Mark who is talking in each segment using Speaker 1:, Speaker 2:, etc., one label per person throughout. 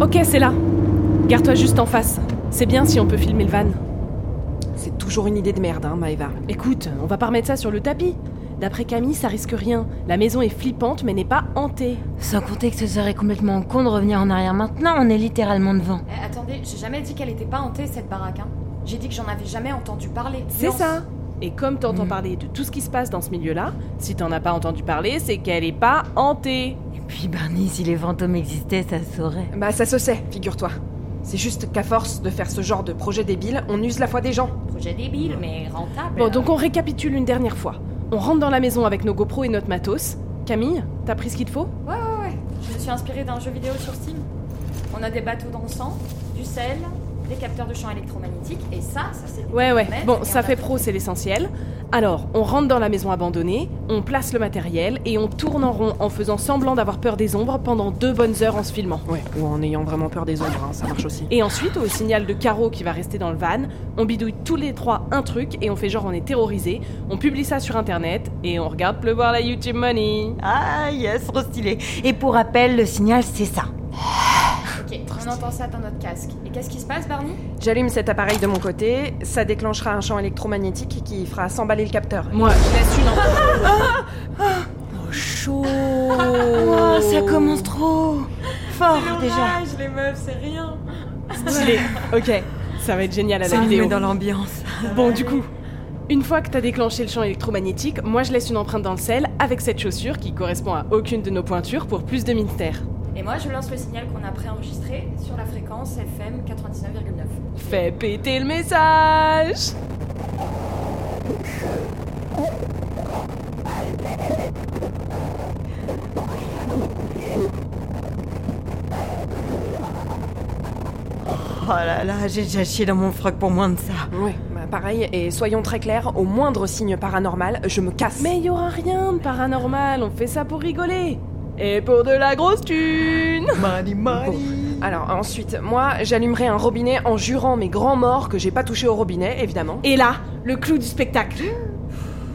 Speaker 1: Ok, c'est là. Garde-toi juste en face. C'est bien si on peut filmer le van.
Speaker 2: C'est toujours une idée de merde, hein, Maeva.
Speaker 1: Écoute, on va pas remettre ça sur le tapis. D'après Camille, ça risque rien. La maison est flippante, mais n'est pas hantée.
Speaker 3: Sans compter que ce serait complètement con de revenir en arrière maintenant, on est littéralement devant.
Speaker 4: Eh, attendez, j'ai jamais dit qu'elle était pas hantée cette baraque. Hein. J'ai dit que j'en avais jamais entendu parler.
Speaker 1: C'est
Speaker 4: Lance.
Speaker 1: ça. Et comme t'entends
Speaker 3: Mm.
Speaker 1: parler de tout ce qui se passe dans ce milieu-là, si t'en as pas entendu parler, c'est qu'elle est pas hantée.
Speaker 3: Et puis Barney, si les fantômes existaient, ça se saurait.
Speaker 2: Bah, ça se sait, figure-toi. C'est juste qu'à force de faire ce genre de projet débile, on use la foi des gens.
Speaker 4: Projet débile, mais rentable.
Speaker 1: Bon, donc on récapitule une dernière fois. On rentre dans la maison avec nos GoPros et notre matos. Camille, t'as pris ce qu'il te faut
Speaker 4: Ouais, ouais, ouais. Je me suis inspirée d'un jeu vidéo sur Steam. On a des bateaux dans le sang, du sel, des capteurs de champs électromagnétiques, et ça, ça c'est.
Speaker 1: Ouais, ouais.
Speaker 4: Mètre,
Speaker 1: Bon,
Speaker 4: et
Speaker 1: ça
Speaker 4: on
Speaker 1: fait
Speaker 4: a-
Speaker 1: pro, c'est l'essentiel. Alors, on rentre dans la maison abandonnée, on place le matériel et on tourne en rond en faisant semblant d'avoir peur des ombres pendant deux bonnes heures en se filmant.
Speaker 2: Ouais, ou en ayant vraiment peur des ombres, hein, ça marche aussi.
Speaker 1: Et ensuite, au signal de Caro qui va rester dans le van, on bidouille tous les trois un truc et on fait genre on est terrorisé, on publie ça sur internet et on regarde pleuvoir la YouTube Money.
Speaker 3: Ah yes, trop stylé. Et pour rappel, le signal, c'est ça.
Speaker 4: Ok, on entend ça dans notre casque. Et qu'est-ce qui se passe, Barney
Speaker 2: J'allume cet appareil de mon côté, ça déclenchera un champ électromagnétique qui fera s'emballer le capteur.
Speaker 1: Moi, je laisse une en-
Speaker 3: Chaud. Oh, ça commence trop fort déjà.
Speaker 4: les meufs, c'est rien.
Speaker 1: stylée. Ok, ça va être génial à la
Speaker 3: Ça me
Speaker 1: vidéo.
Speaker 3: met dans l'ambiance.
Speaker 1: Bon, du coup, une fois que t'as déclenché le champ électromagnétique, moi je laisse une empreinte dans le sel avec cette chaussure qui correspond à aucune de nos pointures pour plus de mystère.
Speaker 4: Et moi, je lance le signal qu'on a préenregistré sur la fréquence FM 99,9.
Speaker 1: Fais péter le message
Speaker 3: Oh là là, j'ai déjà chié dans mon froc pour moins de ça.
Speaker 2: Ouais, bah pareil, et soyons très clairs, au moindre signe paranormal, je me casse.
Speaker 1: Mais y aura rien de paranormal, on fait ça pour rigoler Et pour de la grosse thune
Speaker 2: Alors ensuite, moi, j'allumerai un robinet en jurant mes grands morts que j'ai pas touché au robinet, évidemment.
Speaker 1: Et là, le clou du spectacle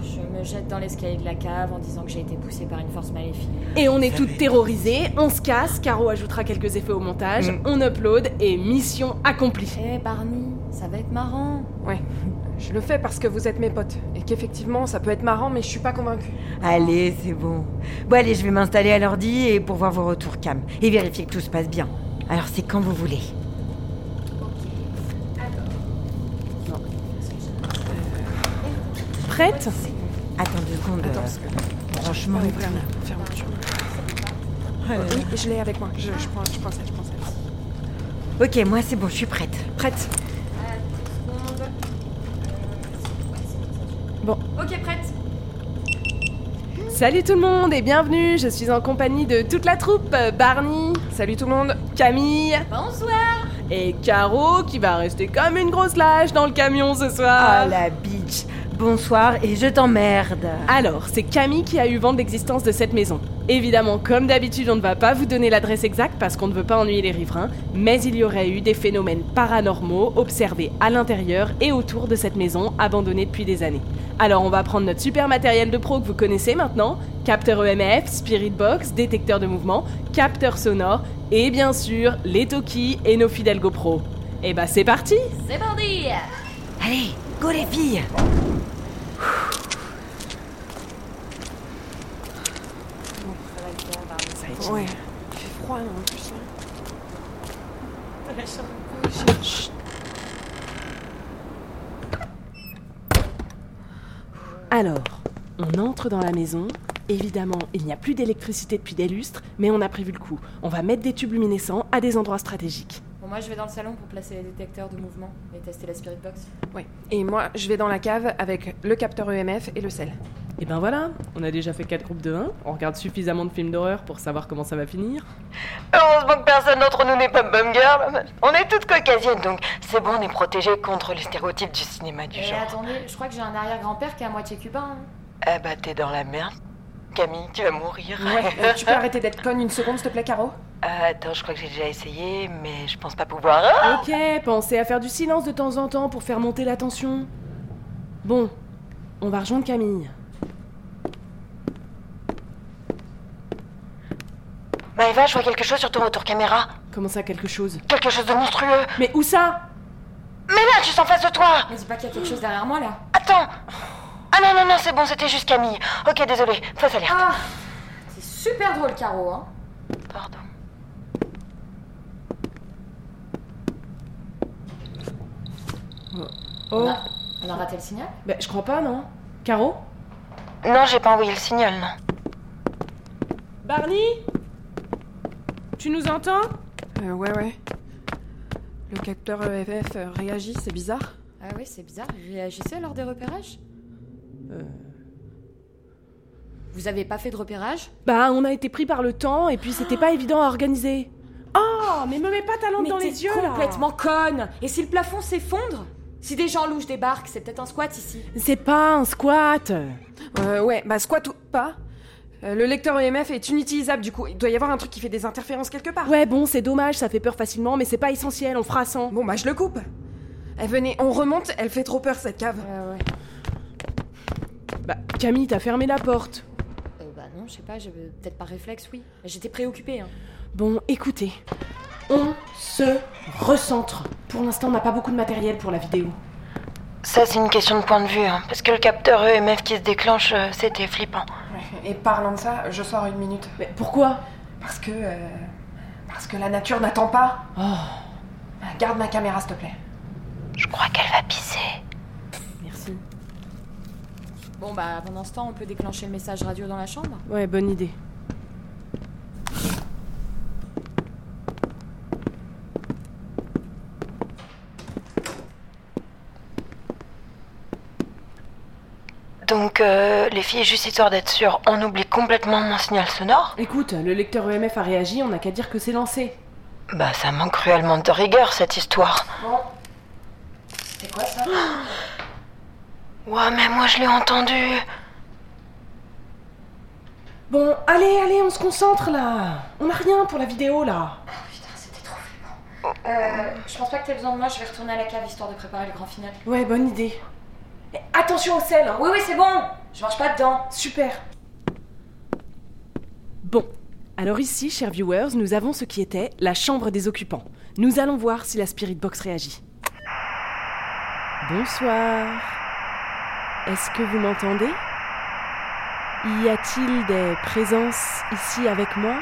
Speaker 4: Je me jette dans l'escalier de la cave en disant que j'ai été poussée par une force maléfique.
Speaker 1: Et on est toutes terrorisées, on se casse, Caro ajoutera quelques effets au montage, on upload et mission accomplie.
Speaker 4: Eh Barney, ça va être marrant.
Speaker 2: Je le fais parce que vous êtes mes potes, et qu'effectivement, ça peut être marrant, mais je suis pas convaincue.
Speaker 3: Allez, c'est bon. Bon, allez, je vais m'installer à l'ordi et pour voir vos retours cam. Et vérifier que tout se passe bien. Alors, c'est quand vous voulez.
Speaker 1: Prête
Speaker 3: Attends deux secondes.
Speaker 2: Attends,
Speaker 3: euh,
Speaker 2: parce que...
Speaker 3: franchement.
Speaker 2: Ouais, ferme, ferme, tu- Oui, je l'ai avec moi. Je, je prends, je prends celle, je prends celle.
Speaker 3: Ok, moi, c'est bon, je suis prête.
Speaker 2: Prête
Speaker 1: Bon.
Speaker 4: Ok, prête.
Speaker 1: Salut tout le monde et bienvenue, je suis en compagnie de toute la troupe, euh, Barney,
Speaker 2: Salut tout le monde
Speaker 1: Camille
Speaker 4: Bonsoir.
Speaker 1: et Caro qui va rester comme une grosse lâche dans le camion ce soir.
Speaker 5: Ah.
Speaker 3: Oh la bitch. Bonsoir et je t'emmerde.
Speaker 1: Alors, c'est Camille qui a eu vent de l'existence de cette maison. Évidemment, comme d'habitude, on ne va pas vous donner l'adresse exacte parce qu'on ne veut pas ennuyer les riverains, mais il y aurait eu des phénomènes paranormaux observés à l'intérieur et autour de cette maison abandonnée depuis des années. Alors, on va prendre notre super matériel de pro que vous connaissez maintenant capteur EMF, spirit box, détecteur de mouvement, capteur sonore et bien sûr les Toki et nos fidèles GoPro. Et bah, c'est parti
Speaker 4: C'est parti.
Speaker 3: Allez, go les filles.
Speaker 2: Ouais. Il fait froid, hein, en plus. là.
Speaker 1: Alors, on entre dans la maison. Évidemment, il n'y a plus d'électricité depuis des lustres, mais on a prévu le coup. On va mettre des tubes luminescents à des endroits stratégiques.
Speaker 4: Bon, moi, je vais dans le salon pour placer les détecteurs de mouvement et tester la spirit box.
Speaker 2: Ouais. Et moi, je vais dans la cave avec le capteur EMF et le sel.
Speaker 1: Et ben voilà, on a déjà fait 4 groupes de 1, on regarde suffisamment de films d'horreur pour savoir comment ça va finir.
Speaker 5: Heureusement que personne d'entre nous n'est pas bum girl. On est toutes caucasiennes, donc c'est bon, on est protégés contre les stéréotypes du cinéma du
Speaker 4: Et
Speaker 5: genre.
Speaker 4: Eh, attendez, je crois que j'ai un arrière-grand-père qui est à moitié cubain. hein.
Speaker 5: Ah bah t'es dans la merde. Camille, tu vas mourir.
Speaker 2: Ouais, euh, tu peux arrêter d'être conne une seconde, s'il te plaît, Caro
Speaker 5: Euh, attends, je crois que j'ai déjà essayé, mais je pense pas pouvoir. Ah
Speaker 1: Ok, pensez à faire du silence de temps en temps pour faire monter la tension. Bon, on va rejoindre Camille.
Speaker 5: Maëva, je vois quelque chose sur ton retour caméra.
Speaker 1: Comment ça, quelque chose
Speaker 5: Quelque chose de monstrueux.
Speaker 1: Mais où ça
Speaker 5: Mais là, juste en face de toi
Speaker 4: Mais dis pas qu'il y a quelque chose derrière moi là.
Speaker 5: Attends Ah non, non, non, c'est bon, c'était juste Camille. Ok, désolé, fausse alerte.
Speaker 4: Ah C'est super drôle, Caro, hein.
Speaker 5: Pardon.
Speaker 1: Oh, Oh.
Speaker 4: On, a, on a raté le signal
Speaker 1: bah, je crois pas, non Caro
Speaker 5: Non, j'ai pas envoyé le signal, non.
Speaker 1: Barney Tu nous entends
Speaker 2: Euh, ouais, ouais. Le capteur EFF euh, réagit, c'est bizarre.
Speaker 4: Ah oui, c'est bizarre, il réagissait lors des repérages
Speaker 1: Euh.
Speaker 4: Vous avez pas fait de repérage
Speaker 1: Bah, on a été pris par le temps et puis c'était pas évident à organiser. Oh, mais me mets pas ta lampe
Speaker 4: Mais
Speaker 1: dans
Speaker 4: t'es
Speaker 1: les yeux
Speaker 4: complètement conne Et si le plafond s'effondre Si des gens louches débarquent, c'est peut-être un squat ici.
Speaker 1: là C'est pas un squat
Speaker 2: Euh, ouais, bah squat ou pas. Euh, le lecteur EMF est inutilisable du coup. Il doit y avoir un truc qui fait des interférences quelque part.
Speaker 1: Ouais, bon, c'est dommage, ça fait peur facilement, mais c'est pas essentiel, on fera sans.
Speaker 2: Bon, bah je le coupe. Eh, venez, on remonte, elle fait trop peur cette cave.
Speaker 4: Euh, ouais.
Speaker 1: Bah, Camille, t'as fermé la porte.
Speaker 4: Euh, bah non, je sais pas, j'ai peut-être par réflexe, oui. J'étais préoccupée, hein.
Speaker 1: Bon, écoutez, on se recentre. Pour l'instant, on n'a pas beaucoup de matériel pour la vidéo.
Speaker 5: Ça, c'est une question de point de vue, hein, parce que le capteur EMF qui se déclenche, euh, c'était flippant.
Speaker 2: Et parlant de ça, je sors une minute.
Speaker 1: Mais pourquoi
Speaker 2: Parce que. euh, parce que la nature n'attend pas.
Speaker 1: Oh,
Speaker 2: Garde ma caméra, s'il te plaît.
Speaker 5: Je crois qu'elle va pisser.
Speaker 1: merci.
Speaker 4: Bon, bah pendant ce temps, on peut déclencher le message radio dans la chambre
Speaker 1: Ouais, bonne idée.
Speaker 5: Donc, euh, les filles, juste histoire d'être sûre, on oublie complètement mon signal sonore
Speaker 1: Écoute, le lecteur EMF a réagi, on n'a qu'à dire que c'est lancé.
Speaker 5: Bah, ça manque cruellement de rigueur, cette histoire.
Speaker 4: C'est quoi ça
Speaker 5: Ouais, mais moi, je l'ai entendu.
Speaker 1: Bon, allez, allez, on se concentre là. On n'a rien pour la vidéo là.
Speaker 4: Putain, c'était trop flippant. Euh, je pense pas que t'aies besoin de moi, je vais retourner à la cave histoire de préparer le grand final.
Speaker 1: Ouais, bonne idée. Eh, attention au sel, hein.
Speaker 4: Oui, oui, c'est bon Je mange pas dedans
Speaker 1: Super. Bon. Alors ici, chers viewers, nous avons ce qui était la chambre des occupants. Nous allons voir si la spirit box réagit. Bonsoir. Est-ce que vous m'entendez Y a-t-il des présences ici avec moi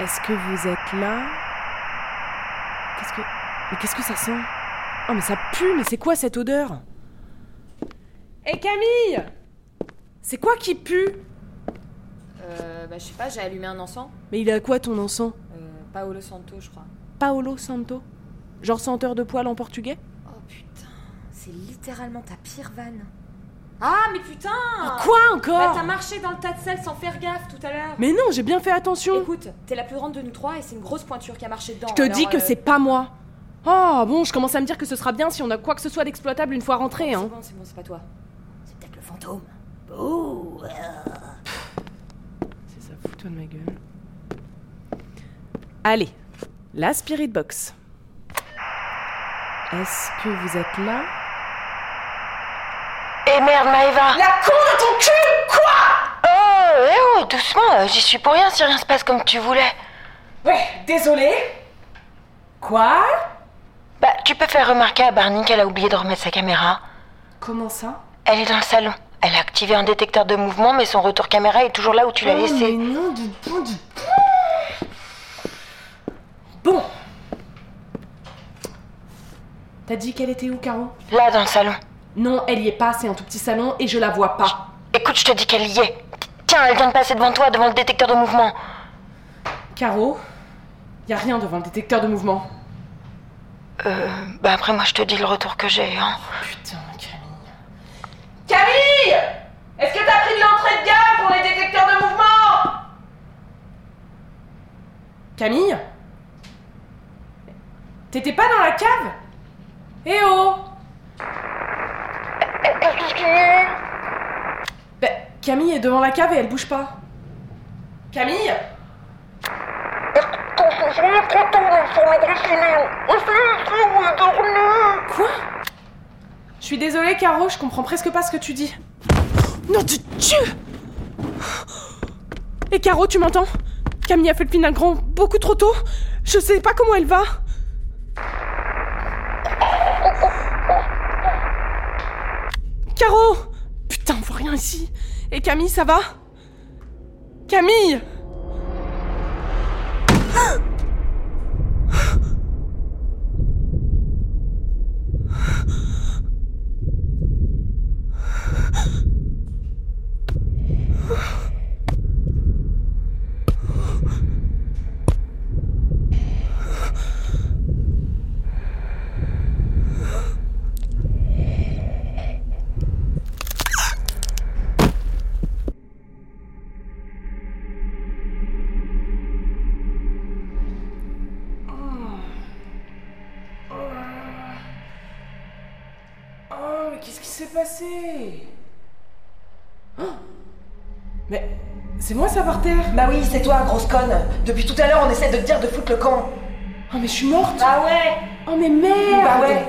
Speaker 1: Est-ce que vous êtes là Qu'est-ce que Mais qu'est-ce que ça sent Oh mais ça pue, mais c'est quoi cette odeur Hé Camille c'est quoi qui pue
Speaker 4: Euh, bah je sais pas, j'ai allumé un encens.
Speaker 1: Mais il a quoi ton encens
Speaker 4: Euh, Paolo Santo, je crois.
Speaker 1: Paolo Santo Genre senteur de poil en portugais
Speaker 4: Oh putain, c'est littéralement ta pire vanne. Ah, mais putain
Speaker 1: Quoi
Speaker 4: Bah
Speaker 1: encore
Speaker 4: t'as marché dans le tas de sel sans faire gaffe tout à l'heure
Speaker 1: Mais non, j'ai bien fait attention
Speaker 4: Écoute, t'es la plus grande de nous trois et c'est une grosse pointure qui a marché dedans.
Speaker 1: Je te
Speaker 4: alors,
Speaker 1: dis que
Speaker 4: euh,
Speaker 1: c'est pas moi Oh bon, je commence à me dire que ce sera bien si on a quoi que ce soit d'exploitable une fois rentré,
Speaker 4: C'est
Speaker 1: hein
Speaker 4: bon, c'est bon, c'est pas toi. C'est peut-être le fantôme.
Speaker 1: C'est ça, fous-toi de ma gueule. Allez, la Spirit Box. Est-ce que vous êtes là
Speaker 5: Eh merde, Maëva La con de ton cul Quoi Oh, eh oh, doucement, euh, j'y suis pour rien si rien se passe comme tu voulais.
Speaker 1: Désolé Quoi
Speaker 5: Bah, tu peux faire remarquer à Barney qu'elle a oublié de remettre sa caméra.
Speaker 1: Comment ça
Speaker 5: Elle est dans le salon. Elle a activé un détecteur de mouvement, mais son retour caméra est toujours là où tu
Speaker 1: Oh,
Speaker 5: l'as laissé.
Speaker 1: Eh, nom du pont du... Bon T'as dit qu'elle était où, Caro
Speaker 5: Là, dans le salon.
Speaker 1: Non, elle y est pas, c'est un tout petit salon et je la vois pas.
Speaker 5: Écoute, je te dis qu'elle y est. Tiens, elle vient de passer devant toi, devant le détecteur de mouvement.
Speaker 1: Caro, y a rien devant le détecteur de mouvement.
Speaker 5: Euh, bah après, moi, je te dis le retour que j'ai, hein.
Speaker 1: Putain, Camille.
Speaker 6: Camille Est-ce que t'as pris de l'entrée de gamme pour les détecteurs de mouvement
Speaker 1: Camille T'étais pas dans la cave Eh oh Bah, Camille est devant la cave et elle bouge pas. Camille Quoi Je suis désolée, Caro, je comprends presque pas ce que tu dis. Non, tu Dieu Et Caro, tu m'entends Camille a fait le final grand beaucoup trop tôt. Je sais pas comment elle va. Caro Putain, on voit rien ici. Et Camille, ça va Camille
Speaker 6: Oh, mais qu'est-ce qui s'est passé Oh Mais c'est moi ça par terre
Speaker 5: Bah oui, c'est toi, grosse conne. Depuis tout à l'heure, on essaie de te dire de foutre le camp.
Speaker 6: Oh, mais je suis morte
Speaker 5: Bah ouais
Speaker 6: Oh, mais merde
Speaker 5: Bah ouais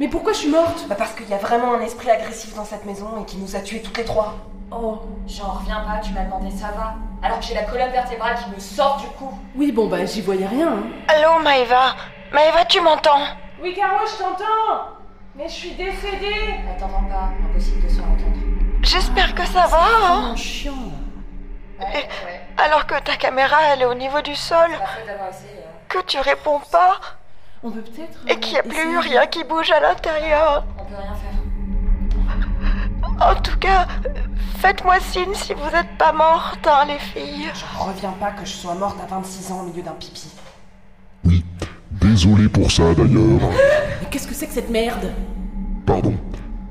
Speaker 6: Mais pourquoi je suis morte
Speaker 5: Bah parce qu'il y a vraiment un esprit agressif dans cette maison et qui nous a tués toutes les trois.
Speaker 6: Oh
Speaker 4: J'en reviens pas, tu m'as demandé ça va. Alors que j'ai la colonne vertébrale qui me sort du cou.
Speaker 6: Oui, bon, bah j'y voyais rien. hein.
Speaker 5: Allô, Maeva Maeva, tu m'entends
Speaker 6: Oui, Caro, je t'entends Mais je suis décédée
Speaker 4: Elle t'entend pas, impossible de se entendre.
Speaker 5: J'espère que ça va, hein
Speaker 6: chiant
Speaker 4: Ouais, ouais.
Speaker 5: Alors que ta caméra, elle est au niveau du sol,
Speaker 4: La faute d'avoir essayé. hein.
Speaker 5: que tu réponds pas
Speaker 6: On peut peut-être. euh,
Speaker 5: et qu'il n'y a plus eu rien qui bouge à l'intérieur.
Speaker 4: On peut rien faire.
Speaker 5: En tout cas, faites-moi signe si vous n'êtes pas morte, hein, les filles.
Speaker 6: Je reviens pas que je sois morte à 26 ans au milieu d'un pipi.
Speaker 7: Oui, désolé pour ça d'ailleurs.
Speaker 6: Mais qu'est-ce que c'est que cette merde
Speaker 7: Pardon.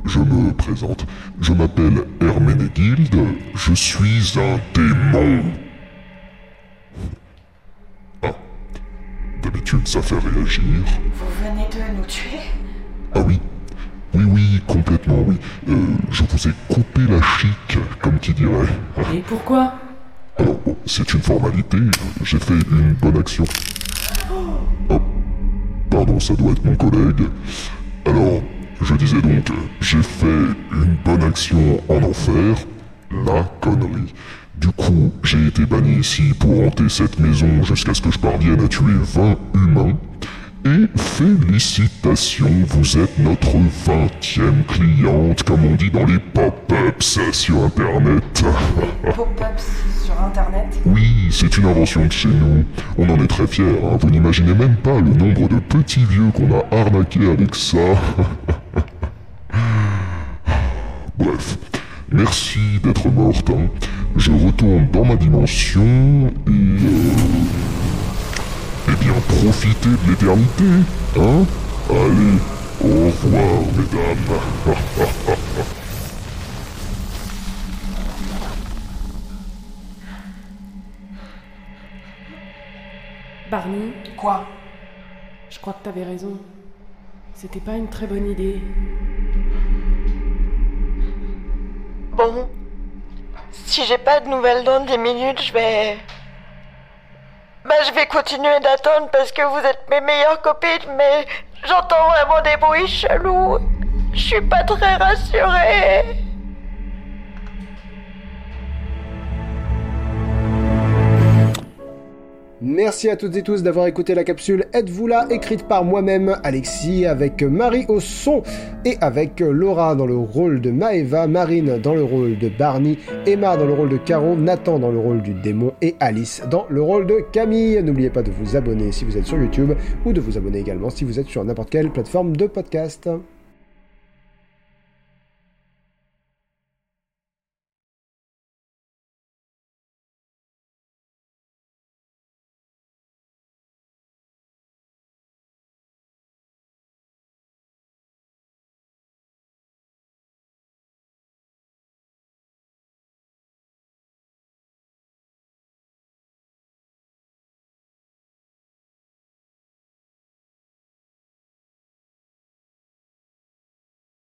Speaker 7: Je me présente. Je m'appelle Herménégilde. Je suis un démon. Ah. D'habitude, ça fait réagir.
Speaker 5: Vous venez de nous tuer
Speaker 7: Ah oui. Oui, oui, complètement, oui. Euh, je vous ai coupé la chic, comme qui dirait.
Speaker 6: Et pourquoi
Speaker 7: Alors, bon, Oh, c'est une formalité. J'ai fait une bonne action. Oh, pardon, ça doit être mon collègue. Alors, je disais donc, j'ai fait une bonne action en enfer. La connerie. Du coup, j'ai été banni ici pour hanter cette maison jusqu'à ce que je parvienne à tuer 20 humains. Et félicitations, vous êtes notre 20e cliente, comme on dit dans les pop-ups sur Internet.
Speaker 5: Pop-ups sur internet
Speaker 7: Oui, c'est une invention de chez nous. On en est très fiers. hein. Vous n'imaginez même pas le nombre de petits vieux qu'on a arnaqués avec ça. Bref, merci d'être morte. hein. Je retourne dans ma dimension et... euh, Eh bien, profitez de l'éternité, hein Allez, au revoir, mesdames.
Speaker 6: Barney,
Speaker 5: Quoi
Speaker 6: je crois que t'avais raison. C'était pas une très bonne idée.
Speaker 5: Bon, si j'ai pas de nouvelles dans 10 minutes, je vais... Bah, je vais continuer d'attendre parce que vous êtes mes meilleures copines, mais j'entends vraiment des bruits chelous. Je suis pas très rassurée.
Speaker 8: Merci à toutes et tous d'avoir écouté la capsule Êtes-vous là écrite par moi-même, Alexis, avec Marie au son et avec Laura dans le rôle de Maeva, Marine dans le rôle de Barney, Emma dans le rôle de Caro, Nathan dans le rôle du démon et Alice dans le rôle de Camille. N'oubliez pas de vous abonner si vous êtes sur YouTube ou de vous abonner également si vous êtes sur n'importe quelle plateforme de podcast.